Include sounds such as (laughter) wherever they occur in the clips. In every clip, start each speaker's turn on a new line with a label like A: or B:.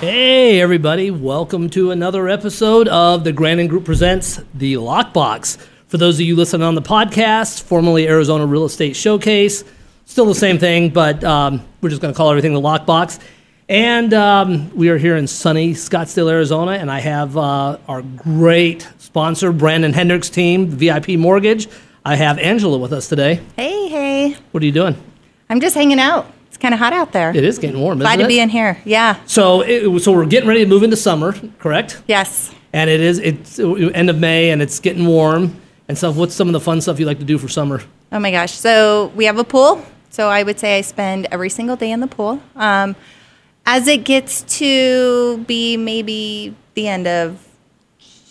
A: Hey, everybody, welcome to another episode of the Grandin Group Presents The Lockbox. For those of you listening on the podcast, formerly Arizona Real Estate Showcase, still the same thing, but um, we're just going to call everything The Lockbox. And um, we are here in sunny Scottsdale, Arizona, and I have uh, our great sponsor, Brandon Hendricks' team, VIP Mortgage. I have Angela with us today.
B: Hey, hey.
A: What are you doing?
B: I'm just hanging out. It's kind of hot out there.
A: It is getting warm, isn't
B: Glad
A: it?
B: to be in here. Yeah.
A: so, it, so we're getting ready to move into summer, correct?
B: Yes.
A: and it is it's uh, end of May and it's getting warm and stuff. What's some of the fun stuff you like to do for summer?
B: Oh my gosh. So we have a pool. So I would say I spend every single day in the pool. Um, as it gets to be maybe the end of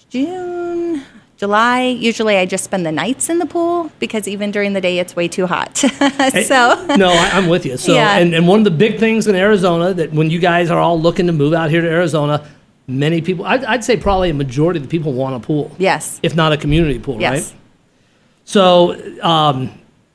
B: June, July, usually I just spend the nights in the pool because even during the day it's way too hot. (laughs) so
A: (laughs) no, I, I'm with you. So,
B: Yeah.
A: and, and one of the big things in Arizona that when you guys are all looking to move out here to Arizona, many people, I'd, I'd say probably a majority of the people want a pool.
B: Yes.
A: If not a community pool,
B: Yes.
A: right? So, um,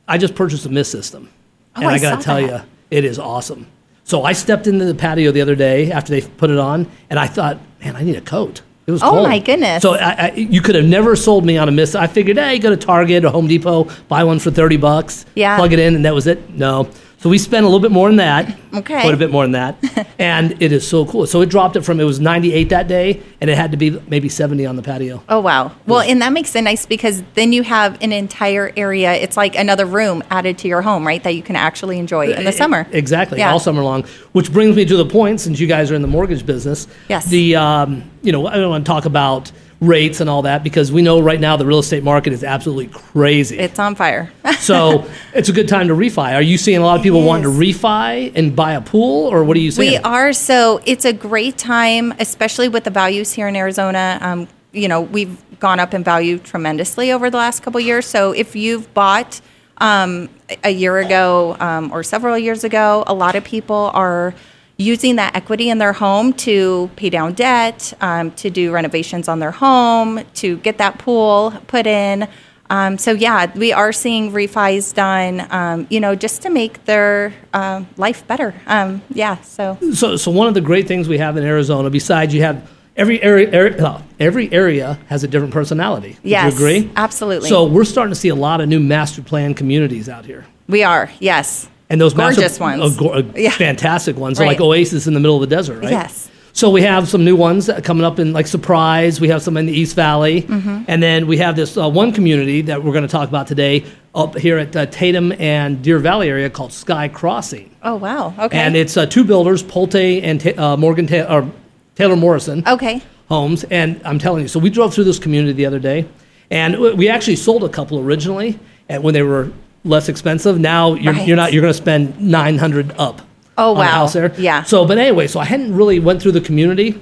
A: I just purchased a mist system.
B: Oh,
A: and I,
B: I
A: gotta
B: saw
A: tell
B: that.
A: you, it is awesome. So, I stepped into the patio the other day after they put it on and I thought, man, I need a coat. It was
B: Oh,
A: cold.
B: my goodness.
A: So I, I, you could have never sold me on a mist. I figured, hey, go to Target or Home Depot, buy one for thirty bucks,
B: Yeah.
A: plug it in, and that was it. No, so we spent a little bit more than that.
B: Okay.
A: quite a bit more than
B: (laughs)
A: that, and it is so cool. So it dropped it from it was ninety eight that day, and it had to be maybe seventy on the patio.
B: Oh wow! Well, and that makes it nice because then you have an entire area. It's like another room added to your home, right? That you can actually enjoy in the summer.
A: Exactly,
B: Yeah.
A: all summer long. Which brings me to the point, since you guys are in the mortgage business.
B: Yes.
A: The um, you know I don't want to talk about rates and all that because we know right now the real estate market is absolutely crazy.
B: It's on fire. (laughs)
A: So it's a good time to refi. Are you seeing a lot of people
B: It
A: wanting to
B: is.
A: refi and buy a pool, or what are you seeing?
B: We are so it's a great time, especially with the values here in Arizona. Um, you know, we've gone up in value tremendously over the last couple of years. So if you've bought um, a- a year ago um, or several years ago, a lot of people are using that equity in their home to pay down debt, um, to do renovations on their home, to get that pool put in. Um, so yeah, we are seeing refis done, um, you know, just to make their um life better. Um, yeah, so
A: So, so one of the great things we have in Arizona, besides you have every area, area uh, every area has a different personality. Would
B: Yes,
A: you agree?
B: absolutely.
A: So we're starting to see a lot of new master plan communities out here.
B: we are. Yes.
A: And those
B: Gorgeous
A: master,
B: ones.
A: uh, go- uh,
B: (laughs) Yeah.
A: fantastic ones, They're like
B: Right.
A: oasis in the middle of the desert, right?
B: Yes.
A: So we have some new ones that are coming up in like Surprise. We have some in the East Valley,
B: Mm-hmm.
A: and then we have this uh, one community that we're going to talk about today up here at uh, Tatum and Deer Valley area called Sky Crossing,
B: Oh wow. Okay.
A: and it's uh, two builders, Polte and Ta- uh, Morgan Ta- or Taylor Morrison
B: okay.
A: homes. And I'm telling you, so we drove through this community the other day, and w- we actually sold a couple originally at, when they were less expensive. Now you're,
B: Right.
A: you're not you're going to spend 900 up.
B: Oh,
A: on a
B: wow.
A: house there.
B: Yeah.
A: So, but anyway, so I hadn't really went through the community,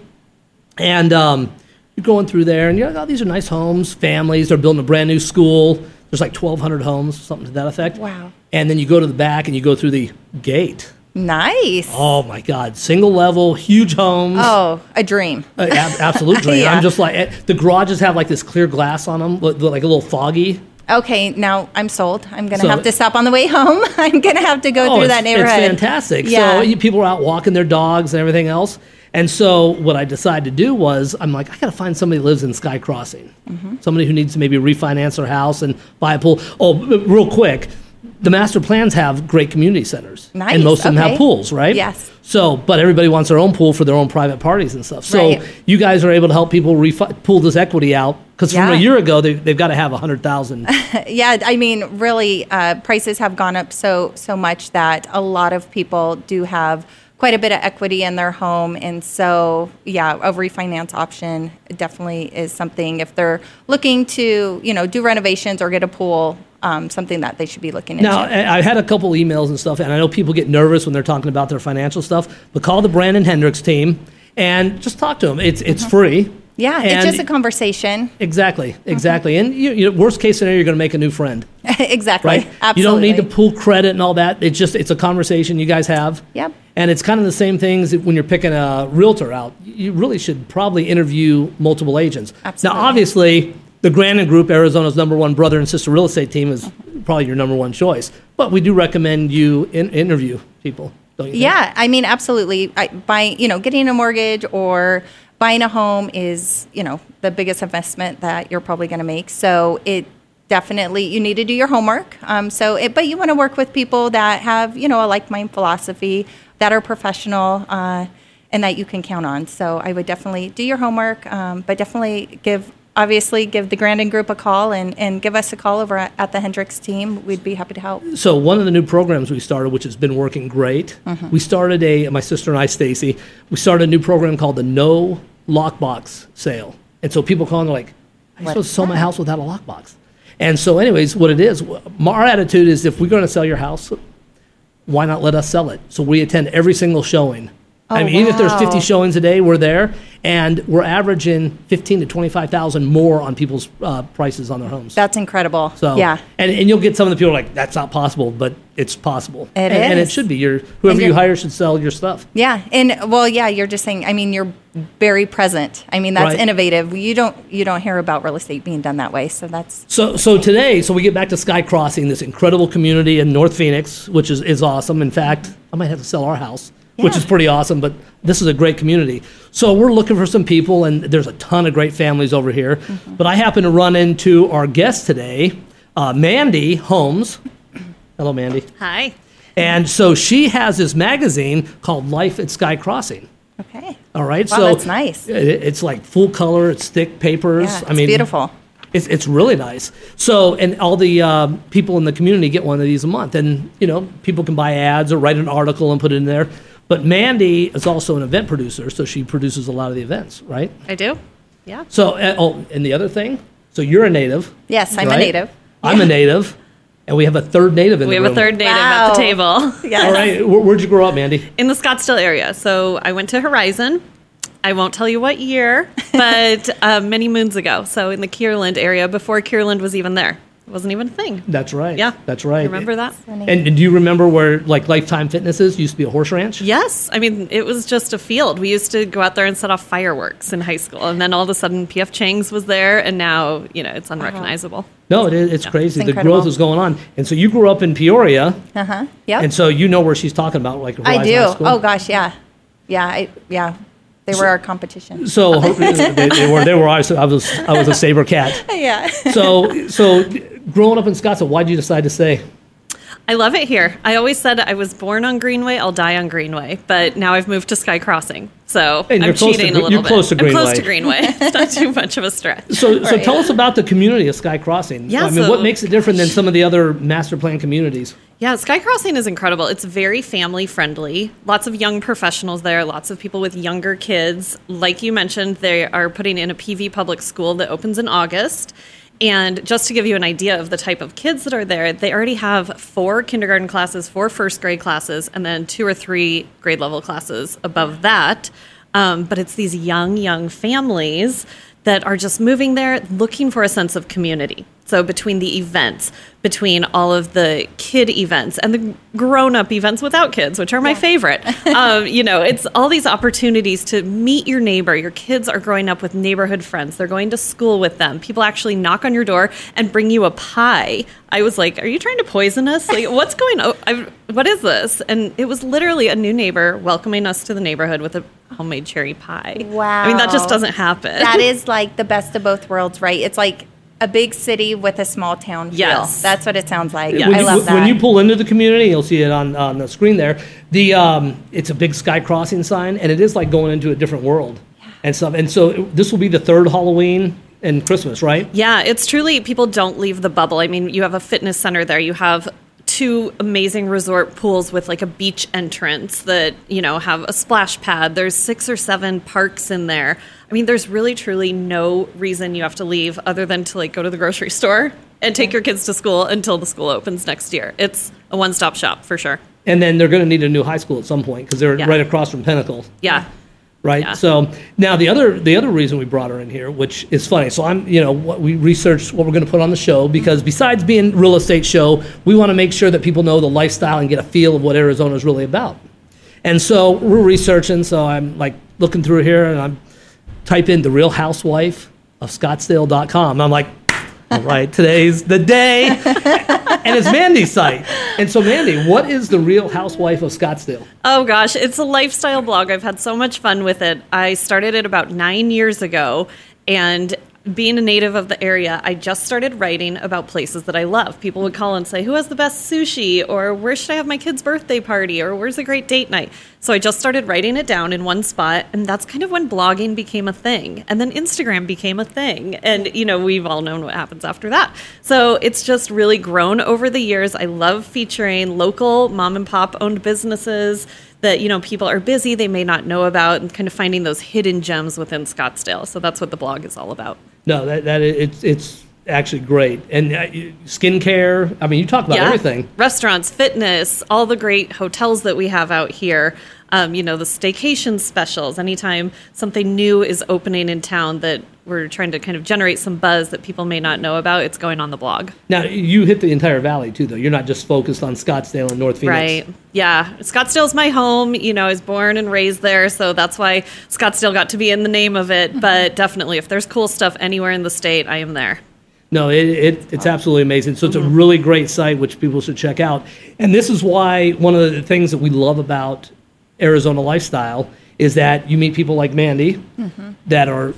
A: and um, you're going through there, and you're like, oh, these are nice homes, families. They're building a brand new school. There's like 1,200 homes, something to that effect.
B: Wow.
A: And then you go to the back and you go through the gate.
B: Nice.
A: Oh my God! Single level, huge homes.
B: Oh, a dream.
A: Uh, ab- absolutely.
B: Yeah.
A: I'm just like eh, the garages have like this clear glass on them, like a little foggy.
B: Okay, now I'm sold. I'm gonna
A: So-
B: have to stop on the way home. (laughs) I'm gonna have to go
A: oh,
B: through
A: it's,
B: that neighborhood.
A: It's fantastic.
B: Yeah.
A: So you, people are out walking their dogs and everything else. And so what I decided to do was I'm like I got to find somebody who lives in Sky Crossing,
B: Mm-hmm.
A: somebody who needs to maybe refinance their house and buy a pool. Oh, b- b- real quick, the master plans have great community centers,
B: Nice,
A: and most of them have
B: okay.
A: pools, right?
B: Yes.
A: So, but everybody wants their own pool for their own private parties and stuff. So
B: Right.
A: you guys are able to help people refi- pull this equity out because from a
B: Yeah.
A: year ago they, they've got to have a hundred thousand.
B: yeah, I mean, really, uh, prices have gone up so so much that a lot of people do have quite a bit of equity in their home, and so yeah, a refinance option definitely is something if they're looking to you know do renovations or get a pool, um, something that they should be looking into.
A: Now, I- I've had a couple emails and stuff, and I know people get nervous when they're talking about their financial stuff, but call the Brandon Hendricks team and just talk to them. It's, it's free.
B: Uh-huh. yeah,
A: And-
B: it's just a conversation. (laughs)
A: Exactly, exactly. And you, you know, worst case scenario, you're going to make a new friend,
B: exactly.
A: right?
B: Absolutely.
A: You don't need to pull credit and all that. It's just, it's a conversation you guys have.
B: Yep.
A: And it's kind of the same things that when you're picking a realtor out. You really should probably interview multiple agents.
B: Absolutely.
A: Now, obviously, the Grandin Group, Arizona's number one brother and sister
B: Uh-huh.
A: real estate team, is probably your number one choice. But we do recommend you in- interview people. Don't you think?
B: Yeah, I mean, absolutely. I, buying, you know, getting a mortgage or buying a home is, you know, the biggest investment that you're probably going to make. So it definitely you need to do your homework. Um, so, it, but you want to work with people that have, you know, a like mind philosophy that are professional. Uh, and that you can count on. So I would definitely do your homework, um, but definitely give, obviously, give the Grandin Group a call and, and give us a call over at, at the Hendricks team. We'd be happy to help.
A: So one of the new programs we started, which has been working great,
B: Mm-hmm.
A: we started a my sister and I, Stacy, we started a new program called the No Lockbox Sale, and so people call and they're like, "I supposed to sell my house without a lockbox." And so, anyways, what it is, wh- our attitude is if we're going to sell your house, why not let us sell it? So we attend every single showing. I
B: Oh,
A: mean, even if there's 50
B: wow.
A: showings a day, we're there, and we're averaging 15 to 25,000 more on people's uh, prices on their homes.
B: That's incredible.
A: So
B: yeah.
A: and, and you'll get some of the people like that's not possible, but it's possible.
B: It
A: and, and it
B: is.
A: should be your whoever
B: And
A: you
B: you're-
A: hire should sell your stuff.
B: Yeah, and well, yeah, you're just saying. I mean, you're very present. I mean, that's
A: Right.
B: innovative. You don't you don't hear about real estate being done that way. So that's
A: So so today, so we get back to Sky Crossing, this incredible community in North Phoenix, which is, is awesome. In fact, I might have to sell our house, which
B: Yeah.
A: is pretty awesome, but this is a great community. So we're looking for some people and there's a ton of great families over here.
B: Mm-hmm.
A: But I happen to run into our guest today, uh, Mandy Holmes. Hello, Mandy.
C: Hi.
A: And so she has this magazine called Life at Sky Crossing.
B: okay.
A: All right.
B: Wow,
A: so
B: that's nice.
A: i- it's like full color. It's thick papers.
B: Yeah,
A: I
B: it's
A: mean,
B: beautiful.
A: It's, it's really nice. So, and all the um, people in the community get one of these a month, and you know, people can buy ads or write an article and put it in there. But Mandy is also an event producer, so she produces a lot of the events, right?
C: I do? Yeah.
A: So, uh, oh, and the other thing, so you're a native.
B: Yes, I'm a
A: right?
B: native.
A: I'm a native, and we have a third native in
C: We
A: the
C: have a
A: room.
C: third native at the
B: Wow.
A: (laughs)
C: table
B: Yes.
A: All right, where, where'd you grow up, Mandy?
C: in the Scottsdale area. So I went to Horizon. I won't tell you what year, but uh, many moons ago. So in the Kierland area before Kierland was even there. It wasn't even a thing.
A: That's right.
C: Yeah.
A: that's right.
C: Remember that?
A: And, and do you remember where like Lifetime Fitness is? Used to be a horse ranch.
C: Yes. I mean, it was just a field. We used to go out there and set off fireworks in high school. And then all of a sudden, PF Chang's was there. And now, you know, it's unrecognizable.
A: No, it is, it's crazy. the
B: incredible.
A: growth is going on. And so you grew up in Peoria,
B: Uh huh. Yep.
A: and so you know where she's talking about, like
B: I
A: Horizon
B: do.
A: High School.
B: Oh gosh, yeah, yeah, I, yeah. They were our
C: (laughs)
B: competition.
A: So (laughs) they, they were. They were. I was. I was, I was a saber cat.
B: Yeah.
A: So so growing up in Scottsdale, why'd you decide to stay?
C: I love it here. I always said I was born on Greenway, I'll die on Greenway, but now I've moved to Sky Crossing. So
A: And
C: I'm
A: you're close to
C: cheating
A: Gre-
C: a little
A: you're
C: bit.
A: close to
C: I'm close to Greenway. it's not too much of a stretch.
A: So so
B: Right.
A: tell us about the community of Sky Crossing.
C: Yeah,
A: I mean,
C: so-
A: what makes it different than some of the other master plan communities?
C: Yeah, Sky Crossing is incredible. It's very family friendly. Lots of young professionals there, lots of people with younger kids. Like you mentioned, they are putting in a PV public school that opens in August. And just to give you an idea of the type of kids that are there, they already have four kindergarten classes, four first grade classes, and then two or three grade level classes above that. Um, but it's these young, young families that are just moving there looking for a sense of community. So, between the events, between all of the kid events and the grown up events without kids, which are my favorite, um, you know, it's all these opportunities to meet your neighbor. Your kids are growing up with neighborhood friends, they're going to school with them. People actually knock on your door and bring you a pie. I was like, Are you trying to poison us?
B: (laughs)
C: Like, what's going on? I, what is this? And it was literally a new neighbor welcoming us to the neighborhood with a homemade cherry pie. I mean, that just
B: Wow.
C: doesn't happen.
B: that is like the best of both worlds, right? It's like a big city with a small town feel.
C: Yes.
B: That's what it sounds like.
C: Yes.
B: I
A: when, you,
B: love that.
A: when you pull into the community, you'll see it on, on the screen there. The um, it's a big sky crossing sign, and it is like going into a different world and stuff. And so this will be the third Halloween and Christmas, right?
C: Yeah, it's truly people don't leave the bubble. I mean, you have a fitness center there. You have two amazing resort pools with like a beach entrance that, you know, have a splash pad. There's six or seven parks in there. I mean, there's really truly no reason you have to leave other than to like go to the grocery (laughs) store and take your kids to school until the school opens next year. It's a one-stop shop for sure.
A: And then they're going to need a new high school at some point because they're
C: Yeah.
A: right across from Pinnacle.
C: Yeah.
A: right?
C: Yeah.
A: So now the other the other reason we brought her in here, which is funny. So I'm you know what we researched what we're going to put on the show because besides being real estate show, we want to make sure that people know the lifestyle and get a feel of what Arizona is really about. And so we're researching. So I'm like looking through here and I'm type in the Real Housewife of Scottsdale.com. I'm like. All right, today's the day, and it's Mandy's site. And so, Mandy, what is the Real Housewife of Scottsdale?
C: Oh gosh, it's a lifestyle blog. I've had so much fun with it. I started it about nine years ago, and being a native of the area, I just started writing about places that I love. People would call and say, Who has the best sushi? Or where should I have my kid's birthday party? Or where's a great date night? So I just started writing it down in one spot. And that's kind of when blogging became a thing. And then Instagram became a thing. And, you know, we've all known what happens after that. So it's just really grown over the years. I love featuring local mom and pop owned businesses that you know people are busy they may not know about and kind of finding those hidden gems within scottsdale so that's what the blog is all about
A: No, that that is, it's it's actually great. And uh, you- skincare. I mean, you talk about everything.
C: Restaurants, fitness, all the great hotels that we have out here. Um, you know, the staycation specials. Anytime something new is opening in town that we're trying to kind of generate some buzz that people may not know about, it's going on the blog.
A: Now you hit the entire valley too, though. You're not just focused on Scottsdale and North Phoenix.
C: Right. Yeah. Scottsdale's my home. You know, I was born and raised there. So that's why Scottsdale got to be in the name of
A: Mm-hmm.
C: it. But definitely, if there's cool stuff anywhere in the state, I am there.
A: No, it, it it's absolutely amazing. So it's a really great site which people should check out. And this is why one of the things that we love about Arizona lifestyle is that you meet people like Mandy that are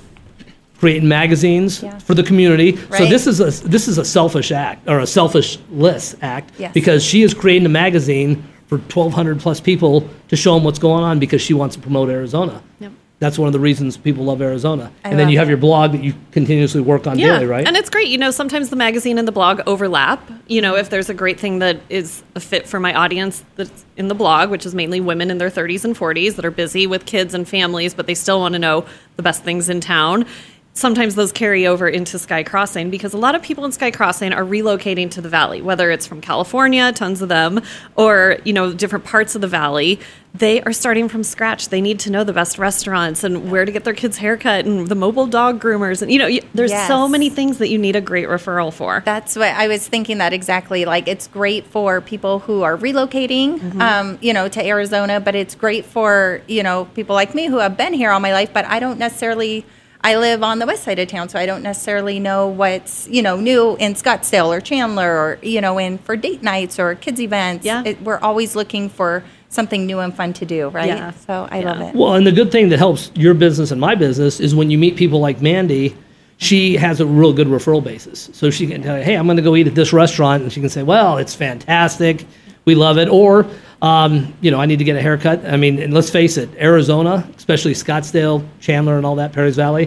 A: creating magazines
B: Mm-hmm. Yeah.
A: for the community. So
B: Right.
A: this is a this is a selfish act or a selfish list act
B: Yes.
A: because she is creating a magazine for 1200 plus people to show them what's going on because she wants to promote Arizona.
C: Yep.
A: That's one of the reasons people love Arizona.
B: I
A: and then
B: love
A: you have
B: it.
A: your blog that you continuously work on daily, right?
C: And it's great. You know, sometimes the magazine and the blog overlap. You know, if there's a great thing that is a fit for my audience that's in the blog, which is mainly women in their 30s and 40s that are busy with kids and families, but they still want to know the best things in town. Sometimes those carry over into Sky Crossing because a lot of people in Sky Crossing are relocating to the valley, whether it's from California, tons of them, or, you know, different parts of the valley. They are starting from scratch. They need to know the best restaurants and where to get their kids' haircut and the mobile dog groomers. And, you know, y- there's so
B: Yes.
C: many things that you need a great referral for.
B: That's what I was thinking. That exactly. Like it's great for people who are relocating,
C: Mm-hmm.
B: um, you know, to Arizona, but it's great for you know people like me who have been here all my life, but I don't necessarily. I live on the west side of town, so I don't necessarily know what's you know new in Scottsdale or Chandler or you know in for date nights or kids events.
C: Yeah.
B: It, we're always looking for something new and fun to do, right?
C: Yeah.
B: So I
C: Yeah.
B: love it.
A: Well, and the good thing that helps your business and my business is when you meet people like Mandy, she has a real good referral basis. So she can tell you, hey, I'm going to go eat at this restaurant. And she can say, well, it's fantastic. We love it. Or, um, you know, I need to get a haircut. I mean, and let's face it, Arizona, especially Scottsdale, Chandler, and all that, Perry's Valley,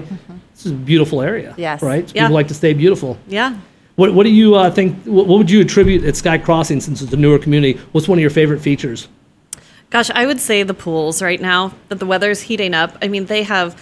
A: this is a beautiful area.
B: Yes.
A: Right?
C: Yeah.
A: People like to stay beautiful.
C: Yeah.
A: What, what do you uh, think? What, what would you attribute at Sky Crossing since it's a newer community? What's one of your favorite features?
C: Gosh, I would say the pools right now that the weather's heating up. I mean, they have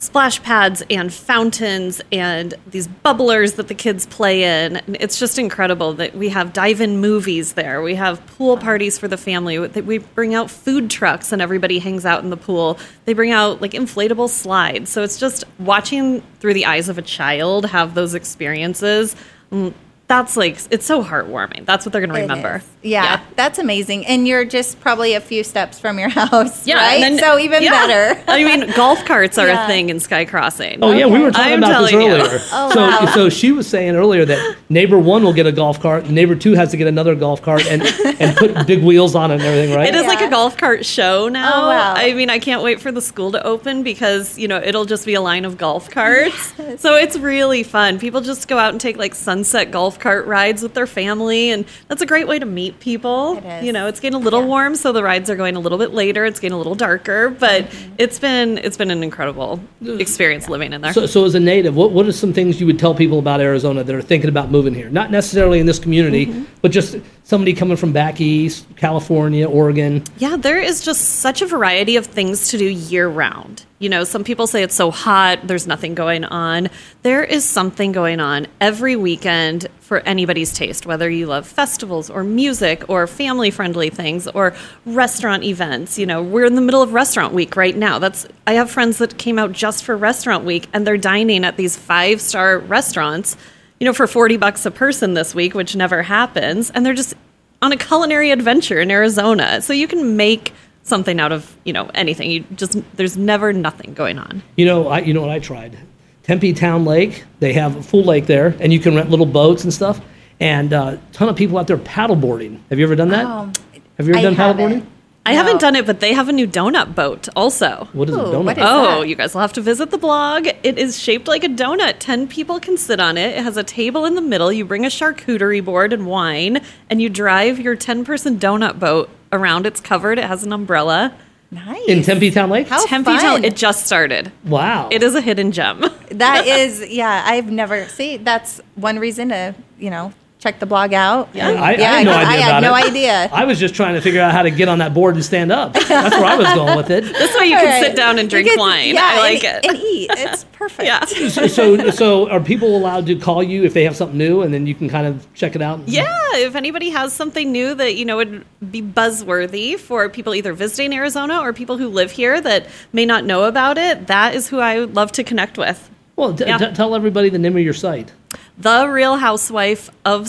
C: splash pads and fountains and these bubblers that the kids play in. And It's just incredible that we have dive in movies there. We have pool parties for the family. That We bring out food trucks and everybody hangs out in the pool. They bring out like inflatable slides. So it's just watching through the eyes of a child have those experiences. mm, That's like, it's so heartwarming. That's what they're going to
B: It
C: remember.
B: is. Yeah, that's amazing. And you're just probably a few steps from your (laughs) house, right?
C: and then-
B: so even
C: yeah. (laughs)
B: better.
C: I mean, golf carts are
B: Yeah.
C: a thing in Sky Crossing.
A: Oh yeah, we
B: Okay.
A: were talking
C: I'm
A: about this
C: telling you. (laughs)
A: earlier.
B: Oh,
A: so
B: wow.
A: so she was saying earlier that neighbor one will get a golf cart, and neighbor two has to get another golf cart
C: (laughs)
A: and and put big wheels on it and everything, right?
C: It is like
B: Yeah.
C: a golf cart show now.
B: Oh, wow.
C: I mean, I can't wait for the school to open because, you know, it'll just be a line of golf carts. So it's really fun. People just go out and take like sunset golf cart rides with their family. And that's a great way to meet people.
B: It is.
C: You know, it's getting a little
B: Yeah.
C: warm. So the rides are going a little bit later. It's getting a little darker, but
B: Mm-hmm.
C: it's been, it's been an incredible experience living in there.
A: So, so as a native, what, what are some things you would tell people about Arizona that are thinking about moving here? Not necessarily in this community,
C: Mm-hmm.
A: but just somebody coming from back east, California, Oregon.
C: Yeah, there is just such a variety of things to do year round. You know, some people say it's so hot, there's nothing going on. There is something going on every weekend for anybody's taste, whether you love festivals or music or family friendly things or restaurant events. You know, we're in the middle of restaurant week right now. That's I have friends that came out just for restaurant week and they're dining at these five star restaurants, you know, for 40 bucks a person this week, which never happens. And they're just on a culinary adventure in Arizona. So you can make something out of, you know, anything. You just there's never nothing going on.
A: You know, I you know what I tried Tempe Town Lake. They have a full lake there, and you can rent little boats and stuff. And a uh, ton of people out there paddleboarding. Have you ever done that?
C: Um,
B: Oh,
A: have you ever
B: I
A: done paddleboarding?
B: haven't.
C: I haven't done it, but they have a new donut boat also.
A: What is a
B: Ooh,
A: donut?
B: what is-
C: Oh,
B: that?
C: you guys will have to visit the blog. It is shaped like a donut. 10 people can sit on it. It has a table in the middle. You bring a charcuterie board and wine, and you drive your 10 person donut boat around. It's covered, it has an umbrella.
B: Nice.
A: in Tempe Town Lake?
B: How- Oh,
C: Tempe Town,
B: fun.
C: it just started.
A: Wow.
C: It is a hidden gem.
B: That is, yeah, I've never see. That's one reason to you know check the blog out.
C: Yeah.
A: I, I had
B: Yeah,
A: no
B: I
A: idea
B: had
A: about
B: no
A: it. (laughs)
B: idea.
A: I was just trying to figure out how to get on that board and stand up. That's where I was going with it.
C: (laughs) This way (laughs) you can
B: All right.
C: sit down and
B: You
C: drink
B: can-
C: wine.
B: yeah,
C: I like
B: and,
C: it.
B: And (laughs) eat. It's perfect.
C: (laughs) yeah.
A: So, so are people allowed to call you if they have something new, and then you can kind of check it out?
C: Yeah, if anybody has something new that you know would be buzzworthy for people either visiting Arizona or people who live here that may not know about it, that is who I would love to connect with.
A: Well, t-
C: Yeah.
A: t- tell everybody the name of your site,
C: The Real Housewife of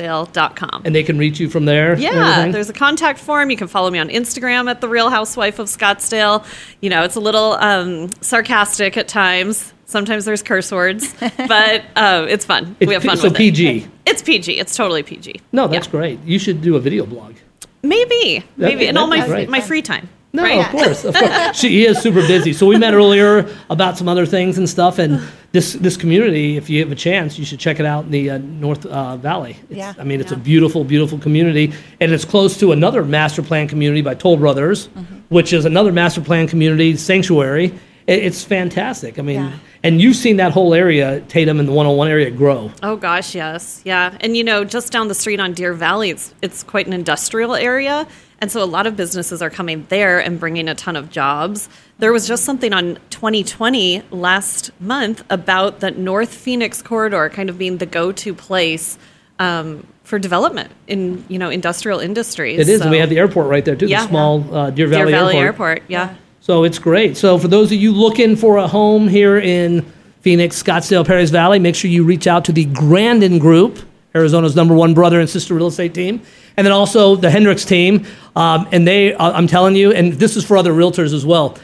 C: Scottsdale.com.
A: and they can reach you from there. and
C: Yeah,
A: everything?
C: there's a contact form. You can follow me on Instagram at The Real Housewife of Scottsdale. You know, it's a little um, sarcastic at times. Sometimes there's curse
A: (laughs)
C: words, but um, it's fun.
A: It's
C: we have
A: P-
C: fun
A: So
C: with it. (laughs)
A: PG.
C: It's PG. It's totally PG.
A: No, that's
C: Yeah.
A: great. You should do a video blog.
C: Maybe, maybe, in all
A: that'd
C: my
A: be great.
C: my free time.
A: No,
C: right?
A: of course, of
C: (laughs)
A: course. she is super busy. So we met earlier about some other things and stuff. And this this community, if you have a chance, you should check it out in the uh, North uh, Valley. It's,
B: Yeah,
A: I mean, it's a
B: yeah.
A: beautiful, beautiful community, and it's close to another master plan community by Toll Brothers,
C: Mm-hmm.
A: which is another master plan community sanctuary. It, it's fantastic. I mean,
B: Yeah.
A: and you've seen that whole area, Tatum and the 101 area, grow.
C: Oh gosh, yes, yeah, and you know, just down the street on Deer Valley, it's it's quite an industrial area, and so a lot of businesses are coming there and bringing a ton of jobs. There was just something on 2020 last month about the North Phoenix corridor kind of being the go-to place um, for development in you know industrial industries.
A: It is. and we
C: So-
A: have the airport right there too,
C: Yeah.
A: the small uh, Deer Valley,
C: Deer Valley Airport. yeah.
A: So it's great. So for those of you looking for a home here in Phoenix, Scottsdale, Perry's Valley, make sure you reach out to the Grandin Group, Arizona's number one brother and sister real estate team, and then also the Hendricks team. Um, and they, I- I'm telling you, and this is for other realtors as well.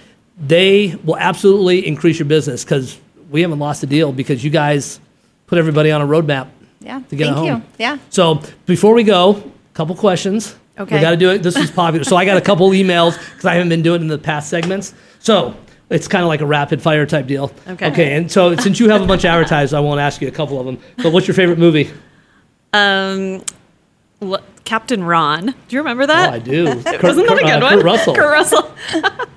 A: They will absolutely increase your business because we haven't lost a deal because you guys put everybody on a roadmap
B: Yeah.
A: to get a
B: Thank
A: home.
B: you. Yeah. (laughs)
A: So before we go, a couple questions. We
C: Okay.
A: got to do it. This is popular. So I got a couple emails because I haven't been doing it in the past segments. So it's kind of like a rapid fire type deal.
C: Okay.
A: Okay. And so since you have a bunch of advertisers, I won't ask you a couple of them. But what's your favorite movie?
C: Um, l- Captain Ron. Do you remember
A: Oh,
C: that?
A: I do.
C: (laughs)
A: Wasn't
C: Uh, Wasn't that a good one?
A: Kurt Russell.
C: Kurt Russell.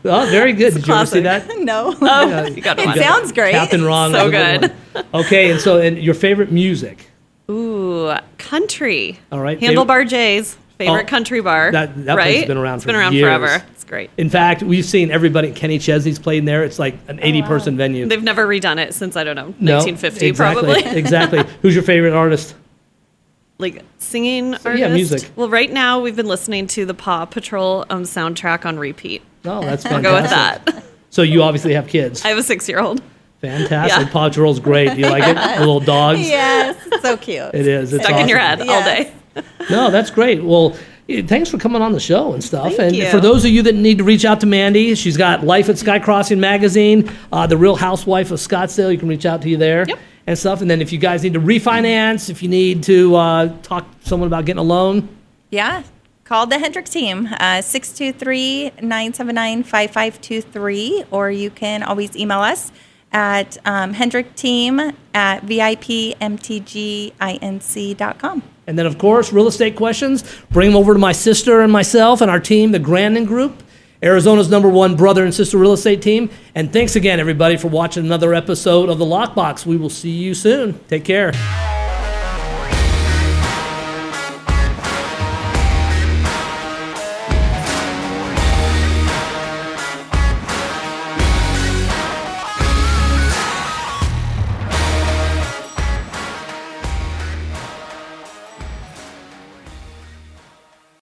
A: Oh, very good. Did you ever see
C: classic.
A: that?
B: No.
A: (laughs) Yeah,
C: Oh, You got
B: it
C: one.
A: got
B: sounds great.
A: Captain Ron. was
C: So
A: a one. Okay. And so and your favorite music?
C: Ooh, country.
A: All right,
C: Handlebar J's favorite
A: Oh,
C: country bar.
A: that- that place
C: right?
A: has been around
C: It's
A: for
C: been around
A: years.
C: forever. It's great.
A: In fact, we've seen everybody. Kenny Chesney's played in there. It's like an
C: Oh,
A: 80 person venue.
C: They've never redone it since I don't know
A: No,
C: 1950
A: exactly, (laughs)
C: probably. (laughs)
A: exactly. Who's your favorite artist?
C: like singing
A: So,
C: artist.
A: yeah, music.
C: Well, right now we've been listening to the Paw Patrol um, soundtrack on repeat.
A: Oh, that's
C: I'll
A: fantastic.
C: go with that. (laughs)
A: So you obviously have kids.
C: I have a six-year-old.
A: Fantastic.
C: Yeah.
A: Paw Patrol's great. Do you
C: (laughs)
A: like it? The little dogs.
B: (laughs) Yes. it's So cute.
A: It is. It's
C: Stuck in your head
A: awesome.
C: all
B: Yes.
C: day.
A: No, that's great. Well, eh, thanks for coming on the show and stuff.
C: Thank
A: and
C: you.
A: for those of you that need to reach out to Mandy, she's got Life at Sky Crossing magazine, uh, The Real Housewife of Scottsdale. You can reach out to you there
C: Yep.
A: and stuff. And then if you guys need to refinance, if you need to uh, talk to someone about getting a loan,
B: Yeah. Call the Hendrick team, uh, 623-979-5523, or you can always email us at um, Hendrick team at VIPMTGINC.com.
A: And then, of course, real estate questions, bring them over to my sister and myself and our team, the Grandin Group, Arizona's number one brother and sister real estate team. And thanks again, everybody, for watching another episode of The Lockbox. We will see you soon. Take care.